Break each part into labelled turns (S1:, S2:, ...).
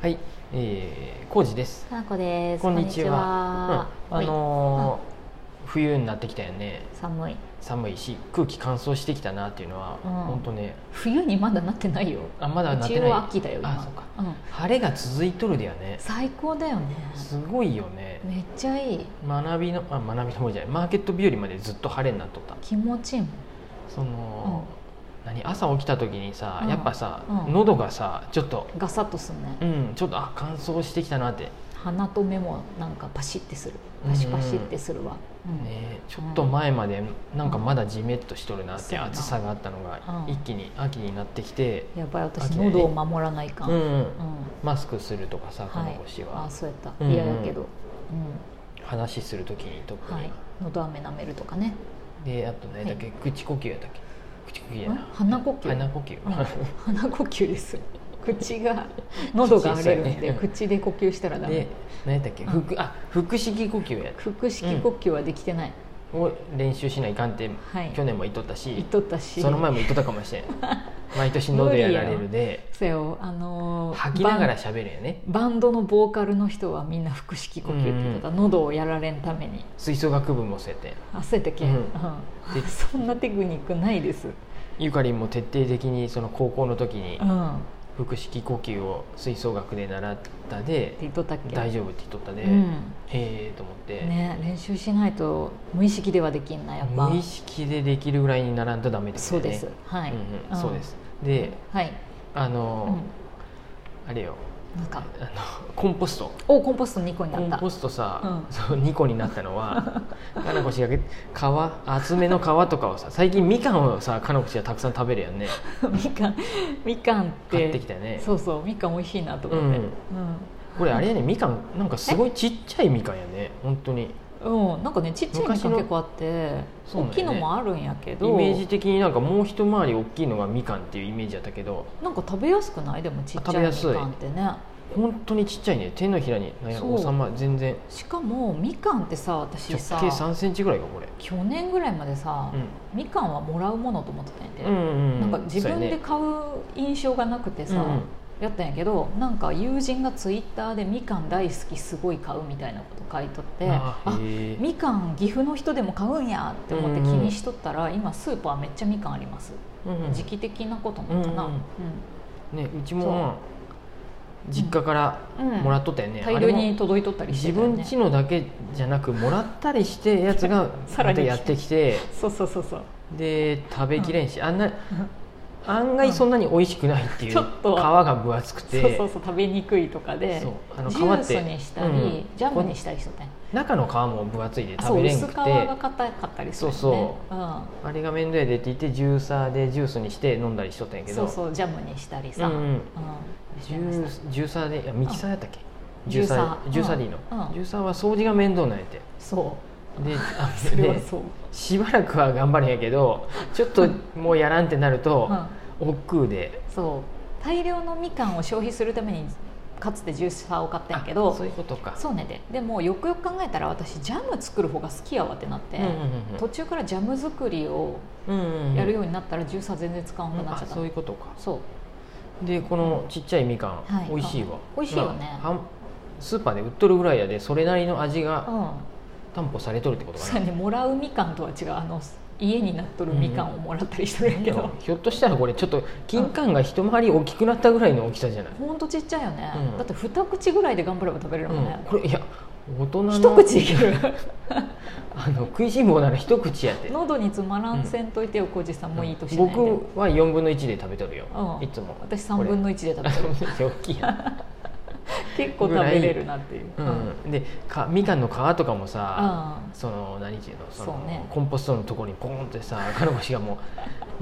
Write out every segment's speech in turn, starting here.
S1: はい、えー、康二です。
S2: かなこです。
S1: こんにちは。うん、
S2: こん
S1: あ
S2: にちは
S1: のー冬になってきたよね。
S2: 寒い。
S1: 寒いし、空気乾燥してきたなっていうのは、
S2: うん
S1: 本当ね。
S2: 冬にまだなってないよ。
S1: あ、まだなっ
S2: 一
S1: てな
S2: 応
S1: い。
S2: 秋だよ今。
S1: あそうか
S2: うん。
S1: 晴れが続いとるだよね。
S2: 最高だよね。
S1: すごいよね。
S2: めっちゃいい。
S1: 学びの、あ、学びの方じゃない、マーケット日和までずっと晴れになっとった。
S2: 気持ちいいもん。
S1: その、何、朝起きた時にさ、
S2: うん
S1: やっぱさ、
S2: うん
S1: 喉がさ、ちょっと。
S2: ガサッとすんね
S1: う。ん、ちょっとあ乾燥してきたなって、
S2: 鼻と目もなんかパシってする。パシパシってするわ。うん
S1: ね、ちょっと前までなんかまだジメッとしとるなって
S2: うん
S1: 暑さがあったのが
S2: うん
S1: 一気に秋になってきて、
S2: やばい私
S1: 秋だよね
S2: 喉を守らないか
S1: うん
S2: ん。うん。
S1: マスクするとかさこの腰
S2: あ
S1: は
S2: そうやった。
S1: うん
S2: 嫌やけど。うん。
S1: 話する時に特
S2: は
S1: に、
S2: い。喉飴舐めるとかね。
S1: であと何だっけ、口呼吸やったっけ口呼吸やなん
S2: 鼻呼吸
S1: 鼻呼吸、
S2: うん鼻呼吸です。口が喉が荒れるんで
S1: 口
S2: 口で呼吸したらダメ
S1: で。何やったっけ、
S2: うん
S1: 腹あ腹式呼吸や
S2: 腹式呼吸はできてない、
S1: を練習しないかんって、
S2: はい
S1: 去年も言っとった
S2: 言っ
S1: し
S2: とったし
S1: その前も言っとったかも しれん毎年喉やられるで
S2: そうよあのー
S1: 吐きなが
S2: バ
S1: ら
S2: ン
S1: 喋るよね
S2: バンドのボーカルの人はみんな腹式呼吸って言ってた、喉をやられんために
S1: 吹奏楽部もそうやって
S2: 焦ったけ、
S1: うん
S2: うん そんなテクニックないです、
S1: ゆかりんも徹底的にその高校の時に
S2: うん、って
S1: 腹式呼吸を吹奏楽で習ったで
S2: 言っとったっけ
S1: 大丈夫って言っとったで、
S2: うん
S1: へえと思って、
S2: ね、練習しないと無意識ではできんなやっぱ
S1: 無意識でできるぐらいにならんとダメです
S2: そ
S1: よ
S2: う
S1: ね
S2: ですはい、
S1: うんうん
S2: ん
S1: そうですで
S2: はい、
S1: あ
S2: う
S1: の
S2: ん、
S1: あれよ
S2: なんか
S1: あのコンポスト
S2: おコンポスト2個に
S1: コ
S2: なっ
S1: ン
S2: た
S1: ポストさ、
S2: うん
S1: そう2個になったの はかなこ氏が皮厚めの皮とかをさ最近みかんをさかなこ氏がたくさん食べるやんね
S2: みかんみかんって
S1: 買ってきたよね
S2: そうそうみかん美味しいなと思って、
S1: これあれやねみかんなんかすごいちっちゃいみかんやね本当に
S2: うん、うん、なんかねちっちゃいみかん
S1: 昔の
S2: 結構あって
S1: そうなんよ
S2: 大
S1: ね
S2: きいのもあるんやけど
S1: イメージ的になんかもう一回り大きいのがみかんっていうイメージだったけど
S2: なんか食べやすくないでもちっちゃいみかんってね
S1: 本当にちっちゃいね手のひらになんや
S2: そう
S1: 収まる全然
S2: しかもみかんってさ
S1: 直
S2: 私さ
S1: 径3センチぐらいかこれ、
S2: 去年ぐらいまでさ、
S1: う
S2: みかんはもらうものと思ってたんやで、
S1: ん、うんうんうん
S2: なんか自分で
S1: そ
S2: 買う印象がなくて
S1: う
S2: さ、
S1: やね
S2: やったんやけどなんか友人がツイッターでみかん大好きすごい買うみたいなこと書いとって
S1: うんうん、あ
S2: あ
S1: へえ
S2: みかん岐阜の人でも買うんやって思って気にしとったら、今スーパーめっちゃみかんあります、
S1: うんうん
S2: 時期的なことなのかな、
S1: うんねうち
S2: そう
S1: も実家から
S2: うん
S1: もらっとったよね、
S2: 大
S1: あれ
S2: 量
S1: も
S2: に届いとったりし
S1: 自
S2: てたよ
S1: 分
S2: ね
S1: 家のだけじゃなくもらったりしてやつが
S2: さらに来て
S1: やってきて
S2: そうそうそうそう
S1: で食べきれんし、あんな案外そんなに美味しくないっていう、
S2: ちょっ
S1: 皮
S2: と
S1: が分厚くて
S2: そうそうそう食べにくいとかで
S1: そうあの
S2: ジュ
S1: 皮
S2: ー
S1: って
S2: スにしたり、
S1: うん
S2: ジャムにしたりしとったよね
S1: 中の皮も分厚いで
S2: あそ
S1: 食
S2: う
S1: べれん
S2: 薄
S1: く
S2: 皮
S1: て
S2: が硬かったりするよね
S1: そうそ
S2: うん
S1: あれが面倒やでって言ってジューサーでジュースにして飲んだりしとったんやけ
S2: そ
S1: ど
S2: うそうジャムにしたりさ、
S1: うんうん
S2: うん
S1: ジュースジューサーでいやミキサーやったっけ
S2: うん
S1: ジューサー
S2: ジ
S1: ジュー
S2: ューサ
S1: サ
S2: ー
S1: ーでいいの、
S2: うん
S1: ジューサーは掃除が面倒なんやって
S2: そう
S1: であ
S2: それは
S1: で
S2: そう、
S1: しばらくは頑張るんやけどちょっともうやらんってなると、
S2: うん
S1: 億劫で
S2: そう大量のみかんを消費するためにかつてジューサーを買ったんやけ
S1: あ
S2: ど
S1: そういうことか
S2: そうねででもよくよく考えたら私ジャム作る方が好きやわってなって、
S1: うんうんうんうん
S2: 途中からジャム作りを
S1: うんうん
S2: やるようになったらジューサー全然使わなくなっちゃ
S1: あ
S2: った、
S1: そういうことか
S2: そう
S1: でこのちっちゃいみかん、
S2: はい
S1: 美味しいわ
S2: 美味しいよね
S1: まあはんスーパーで売っとるぐらいやでそれなりの味が
S2: うん
S1: 担保されとるってこと
S2: さ
S1: かな
S2: らにもらうみかんとは違うあの家になっとるみかんをもらったりしてるんやけど、
S1: ひょっとしたらこれちょっと金柑が一回り大きくなったぐらいの大きさじゃない、
S2: ほんとちっちゃいよね、
S1: うん
S2: だって二口ぐらいで頑張れば食べれるもんね
S1: うん、これいや大人の
S2: 一口いける
S1: あの食いしん坊なら一口やって
S2: 喉に詰まらんせんといてよ浩二さんもいい年ないで、
S1: 僕は4分の1で食べとるよ、
S2: うん
S1: いつも
S2: 私3分の1で食べてる
S1: 1 大きいや、
S2: 結構食べれるなっていう、
S1: うんでかみかんの皮とかもさ、
S2: あ
S1: その何ていうのその
S2: そうね
S1: コンポストのところにポンってさカルボシがもう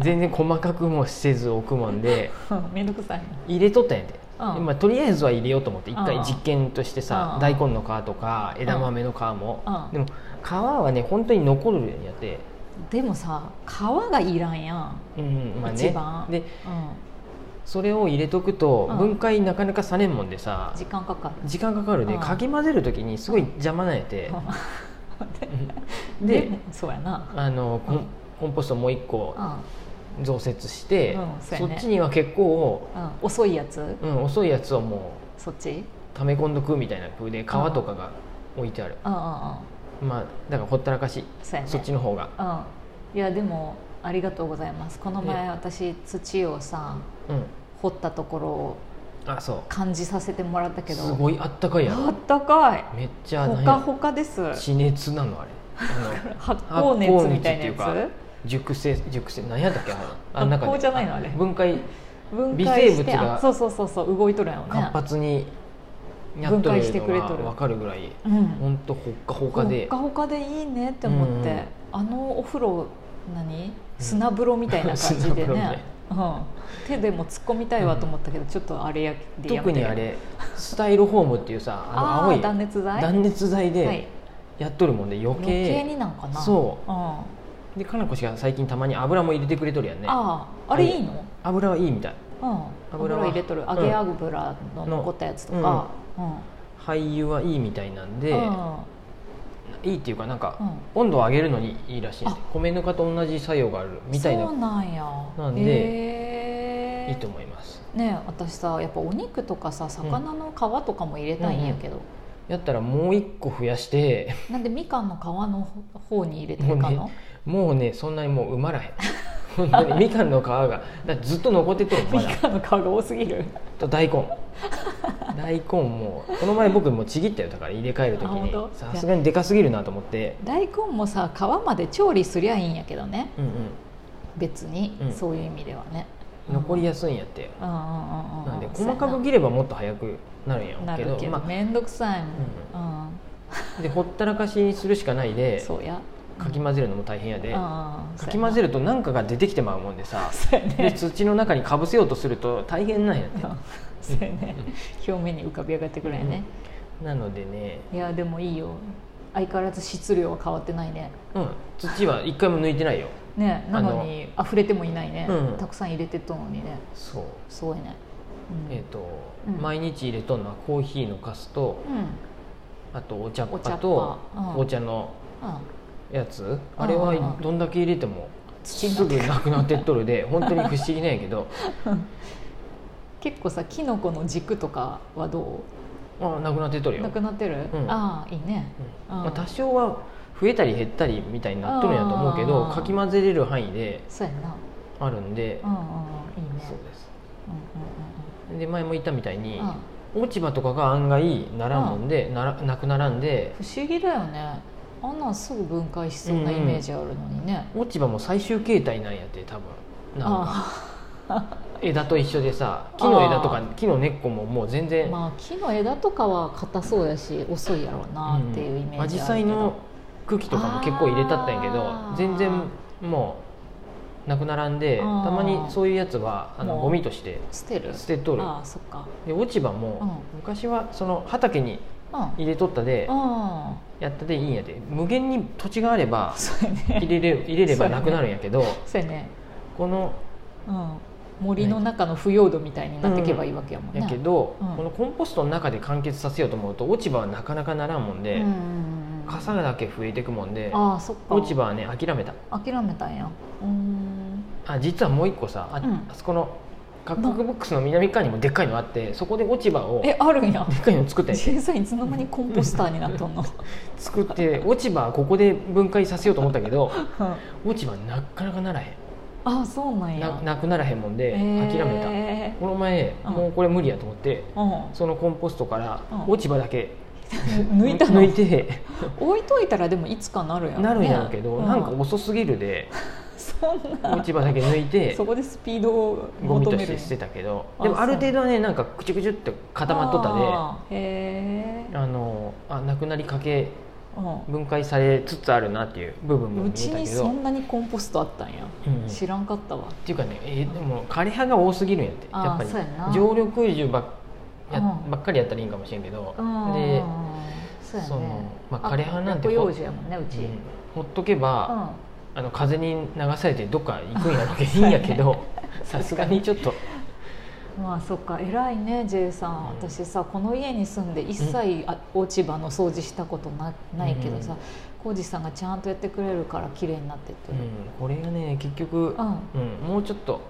S1: 全然細かくもせず置くもんで
S2: あめんどくさいな
S1: 入れとったんやで、
S2: うん
S1: でまあ、とりあえずは入れようと思って一
S2: う
S1: 回
S2: ん
S1: 実験としてさ、
S2: うん
S1: 大根の皮とか枝豆の皮も、
S2: うん
S1: でも皮はね本当に残るようにやって、
S2: でもさ皮がいらんやん、
S1: うんまあ
S2: 一
S1: ね
S2: 番、
S1: で
S2: う
S1: それを入れとくと
S2: うん
S1: 分解なかなかされんもんでさ
S2: ん、、時間かかる
S1: 時間かかるで、
S2: うん
S1: かき混ぜる時にすごい邪魔なんやて、
S2: うん
S1: で
S2: でそうやな
S1: あのコンコンポストもう一個
S2: う
S1: 増設して、
S2: うんそう
S1: そ
S2: やね
S1: っちには結構、
S2: ん、うん、遅いやつ
S1: うん、遅いやつをもう
S2: そっち
S1: 溜め込んどくみたいな風で皮とかが置いてある
S2: うんうんうん
S1: まあだからほったらかし
S2: そうやね
S1: そっちの方が
S2: うんいやでもありがとうございますこの前
S1: え
S2: 私土をさ
S1: うん
S2: 掘ったところを
S1: あそ
S2: 感じさせてもらった
S1: う
S2: けど
S1: すごいあったかいや
S2: あ
S1: ろ
S2: ったかい
S1: めっちゃ
S2: ほ
S1: 何
S2: か
S1: や
S2: ほかです
S1: 地熱なのあれあの
S2: 発酵熱みたいなや
S1: 発酵熱っ
S2: つ
S1: 熟成熟成何やったっけあれあ
S2: 発酵じゃないのあれ
S1: 分解
S2: 分解して
S1: 微生物が
S2: あそうそうそうそう動いとるんやろ
S1: 活
S2: ね
S1: 発にやっと
S2: 分解
S1: る
S2: してくれと
S1: の
S2: る
S1: が分かるぐらい
S2: うん
S1: ほんとほっかほ
S2: ほ
S1: か
S2: っ
S1: で
S2: かほかでいいねって思ってあのお風呂何砂風呂みたいな感じで
S1: 砂風呂みたい
S2: ねうん手でも突っ込みたいわと思ったけどちょっとあれやでや
S1: 特
S2: めて
S1: にあれスタイロフォームっていうさあ
S2: あ
S1: の
S2: あ
S1: 青
S2: ー
S1: い
S2: 断熱材
S1: 断熱材
S2: はい
S1: でやっとるもんで余
S2: 余計
S1: 計
S2: になんかな
S1: そ
S2: うんあ
S1: でかなこ氏が最近たまに油も入れてくれとるやんね
S2: ああれいいの、
S1: 油はいいみたい
S2: うん、
S1: 油
S2: 油
S1: は
S2: 入れとる揚げ油の残ったやつとか、うんうん
S1: 廃油はいいみたいなんで
S2: うん
S1: いいっていうかなん
S2: う
S1: か
S2: ん
S1: 温度を上げるのにいいらしいんで
S2: あ
S1: 米ぬかと同じ作用があるみたい
S2: そう
S1: な
S2: なんや
S1: なんで
S2: へえ
S1: いいと思います
S2: ねえ私さやっぱお肉とかさ魚の皮とかも入れたいんやけど、
S1: やったらもう一個増やして
S2: なんでみかんの皮の方に入れてるか
S1: もう
S2: の、
S1: もうねそんなにもう埋ま らへん本当にみかんの皮がだからずっと残っててるま
S2: み
S1: だ
S2: かんの皮が多すぎる
S1: と大根大根もこの前僕もちぎったよだから入れ替える時
S2: あ本
S1: に
S2: 当
S1: さすがにでかすぎるなと思って
S2: 大根もさ皮まで調理すりゃいいんやけどね
S1: うん
S2: 別に、
S1: うん
S2: そういう意味ではね
S1: うん残りやすいんやって
S2: うんうんうんうん
S1: なんで
S2: そう
S1: 細
S2: や
S1: かく切ればもっと早くなるんやろう
S2: な
S1: け
S2: るけ
S1: ど
S2: ど
S1: ま
S2: 面倒くさいもん、うん
S1: あでほったらかしにするしかないで
S2: そうや
S1: かき混ぜるのも大変や
S2: う
S1: で
S2: んうん
S1: かき混ぜ
S2: る
S1: ると何かが出てきてまうもんでさ
S2: そうや
S1: で
S2: ね
S1: 土の中にかぶせようとすると大変なんやっ
S2: うん
S1: て
S2: そうやね表面に浮かび上がってくるんやね、
S1: なのでね
S2: いやでもいいよ相変わらず質量は変わってないね
S1: うん土は一回も抜いてないよ
S2: ねなのに溢れてもいないね、
S1: うん
S2: たくさん入れてっとんのにね
S1: そう
S2: すごいねうん、
S1: えっと
S2: うん
S1: 毎日入れとんのはコーヒーのカスと
S2: うん
S1: あとお茶っ
S2: お茶
S1: 葉
S2: っ
S1: と
S2: 葉うん
S1: お茶の
S2: あ
S1: やつあれはどんだけ入れても
S2: 土
S1: すぐなくなってっとるで本当に不思議なんやけど
S2: 結構さキノコの軸とかはど
S1: あなくなってっとる
S2: う
S1: よ
S2: なくなってる、
S1: うん
S2: ああいいね
S1: うんま
S2: う
S1: あ、
S2: ん
S1: 多少は増えたり減ったりみたいになっとるんやと思うけど
S2: あー
S1: かき混ぜれる範囲で
S2: そうやな
S1: あるんで
S2: うんうんうんいいね
S1: そう
S2: うんうん
S1: ですで前も言ったみたいに
S2: うんうんうん
S1: 落ち葉とかが案外ならんもんでならなくならんで
S2: 不思議だよねあんなんすぐ分解しそうなイメージあるのにね、
S1: 落ち葉も最終形態なんやって多分なんか
S2: あ
S1: 枝と一緒でさ木の枝とか木の根っこももう全
S2: あ
S1: 然
S2: まあ木の枝とかは硬そうやし遅いやろうなっていうイメージ
S1: 紫陽花
S2: あるけど、
S1: の茎とかも結構入れたったんやけ
S2: あ
S1: ど
S2: ー
S1: 全然もうなくならんで
S2: あ
S1: た
S2: ー
S1: まにそういうやつはあの
S2: もう
S1: ゴミとして
S2: 捨てる
S1: 捨てとる
S2: ああそっか
S1: で落ち葉も昔はその畑に
S2: うんうん
S1: 入れとったでやったでいいんやで無限に土地があれば
S2: そうやね
S1: 入れれ入れればなくなるんやけど
S2: そうやね、
S1: この
S2: うん、森の中の腐葉土みたいになっていけばいいわけやもんね、
S1: やけど
S2: うん
S1: このコンポストの中で完結させようと思うと落ち葉はなかなかならんもん
S2: うん
S1: で
S2: うんうんうん
S1: 傘だけ増えてくもんで
S2: ああそっか
S1: 落ち葉はね諦めた
S2: 諦めたんやうーん
S1: あ実はもう一個さあ,、
S2: うん
S1: あそこのカッコクボックスの南側にもでっかいのあってそこで落ち葉をで
S2: えあるんや
S1: っかいの作って
S2: 小さいいつの間にコンポスターになっとんの
S1: 作っ て落ち葉はここで分解させようと思ったけど
S2: うん
S1: 落ち葉なかなかならへ
S2: あそうなん
S1: ん
S2: や
S1: ななくならへんもんで
S2: え
S1: 諦め
S2: え
S1: たこの前、
S2: うん
S1: もうこれ無理やと思って
S2: う
S1: そのコンポストから
S2: うん
S1: 落ち葉だけ
S2: ん、抜いた の
S1: 抜い て
S2: 置いといたらでもいつかなるやん、ね、
S1: なるんやろうけど、
S2: う
S1: なんか遅すぎるで
S2: そんな
S1: 落ち葉だけ抜いて
S2: そこでスピードを
S1: ゴミ
S2: 求
S1: と
S2: め
S1: し
S2: る
S1: て捨てたけど
S2: あ
S1: でもある程度はねなんかくちゅくちゅって固まっとったであ
S2: たでへえ、
S1: のあなくなりかけ
S2: う
S1: 分解されつつあるなっていう部分も
S2: ん、
S1: 見
S2: う
S1: え
S2: ち
S1: た
S2: に
S1: けど、
S2: そ
S1: うん
S2: なにコンポストあったんや、
S1: んっ
S2: 知らんかったわ
S1: ていうかね、えーでも枯れ葉が多すぎるんやって
S2: あー
S1: やっぱ
S2: そうやな
S1: り常緑樹ばっや
S2: うん
S1: ばっかりやったらいいんかもしれんけど
S2: うん
S1: で、
S2: そうやね
S1: そのまあ枯れ葉なんて
S2: 落葉樹やもんねうち、
S1: う
S2: うん
S1: んほっとけば、あの風に流されてどっか行くんやろうけどいいんやけど さすがにちょっと
S2: まあそっか偉いね J さん、
S1: うん
S2: 私さこの家に住んで一切あ落ち葉の掃除したことなないけど
S1: う
S2: さ
S1: ん
S2: 浩二、さんがちゃんとやってくれるから綺麗になってって
S1: う
S2: る
S1: ん、これがね結局
S2: う、ん、うん
S1: うん、もうちょっと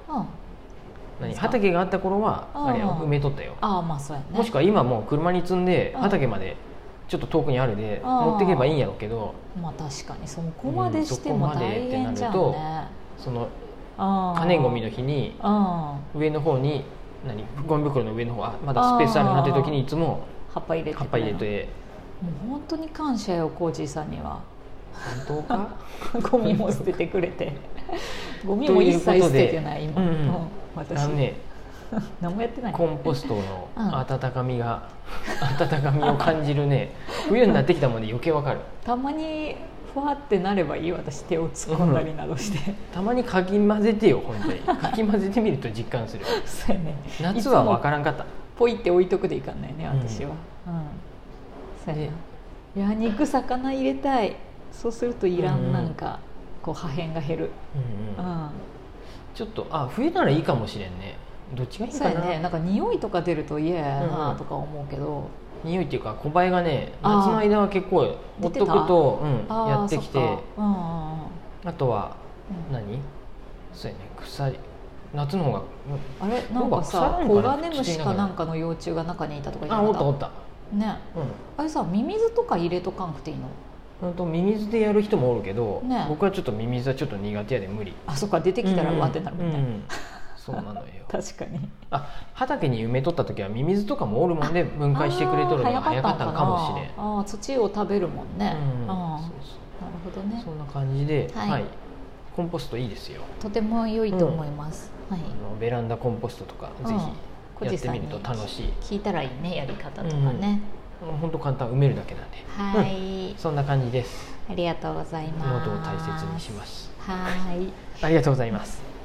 S1: 何
S2: ですか
S1: 畑があった頃は
S2: あー
S1: あれや埋めとったよ
S2: ああまあそうやね
S1: もしくは今もう車に積んで
S2: うん
S1: 畑までちょっと遠くにあるで
S2: あー
S1: 持ってけばいいんやろうけど
S2: まあ確かにそこまでして
S1: うん
S2: も
S1: そこまで
S2: 大変じゃん
S1: って
S2: ね、
S1: その
S2: ああ
S1: 可燃ごみの日に
S2: ああ
S1: 上の方に何ゴミ袋の上の方あまだスペースあるなっていう時にいつも
S2: 葉っぱ入れてく
S1: 葉っぱ入れ
S2: れる
S1: て
S2: もう本当に感謝よコージーさんには
S1: 本当か
S2: ゴミも捨ててくれ てゴミも一切捨ててない今
S1: ということでうんうん
S2: うん
S1: あ
S2: 私
S1: のね
S2: 何もやってない
S1: コンポストの
S2: うん
S1: 温かみが 温かみを感じるね冬になってきたもんで余計わかる
S2: たまにふわってなればいい私手を突っ込んだりなどして、
S1: たまにかき混ぜてよ本当にかき混ぜてみると実感する
S2: そうやね
S1: 夏はわからんかった
S2: ポイって置いとくでいかんないね私は、うんそうや
S1: で
S2: ないや肉魚入れたいそうするといら
S1: うんうんん
S2: なんか、こう破片が減る、
S1: うん
S2: う
S1: うん
S2: ん、
S1: ちょっとあ冬ならいいかもしれんねどっちがいい
S2: そう
S1: か
S2: や
S1: な、
S2: ねなんか匂いとか出ると嫌や
S1: うんう
S2: なんとか思うけど、
S1: 匂いっていうか小映えがね
S2: あー
S1: 夏の間は結構ほっとくと、うん、
S2: あー
S1: やってきて
S2: そっかうんうんうん
S1: あとは
S2: うん
S1: 何そうやね腐り夏の方がうん
S2: あれなんかさ
S1: 要
S2: コ
S1: は腐
S2: ガ
S1: らんのかな
S2: ネムシかなんかの幼虫が中にいたとか言
S1: あ
S2: っ
S1: お
S2: て
S1: ったおった
S2: たね
S1: うん
S2: あれさミミズとか入れとかんくていいの
S1: 本当ミミズでやる人もおるけど、
S2: ね
S1: 僕はちょっとミミズはちょっと苦手やで無理
S2: あそっか出てきたら
S1: うん
S2: わってなるみたいな、
S1: うんそうなのよ
S2: 確かに
S1: あ畑に埋めとった時はミミズとかもおるもんで分解してくれとるのが
S2: あー
S1: 早かったんかもしれん、
S2: あー土を食べるもんね、
S1: うん
S2: あ
S1: そう
S2: ーなるほど
S1: そう
S2: ね
S1: そんな感じで、
S2: は
S1: はいいコンポストいいですよ
S2: とても良いと思います、は
S1: あのベランダコンポストとかぜ
S2: うん
S1: ひやってみると楽しい
S2: い聞いたらいいねやり方とかね、
S1: 本当簡単埋めるだけなんで、
S2: はい、
S1: そんな感じです
S2: ありがとうござい
S1: 物
S2: ます
S1: を大切にします
S2: はい
S1: ありがとうございます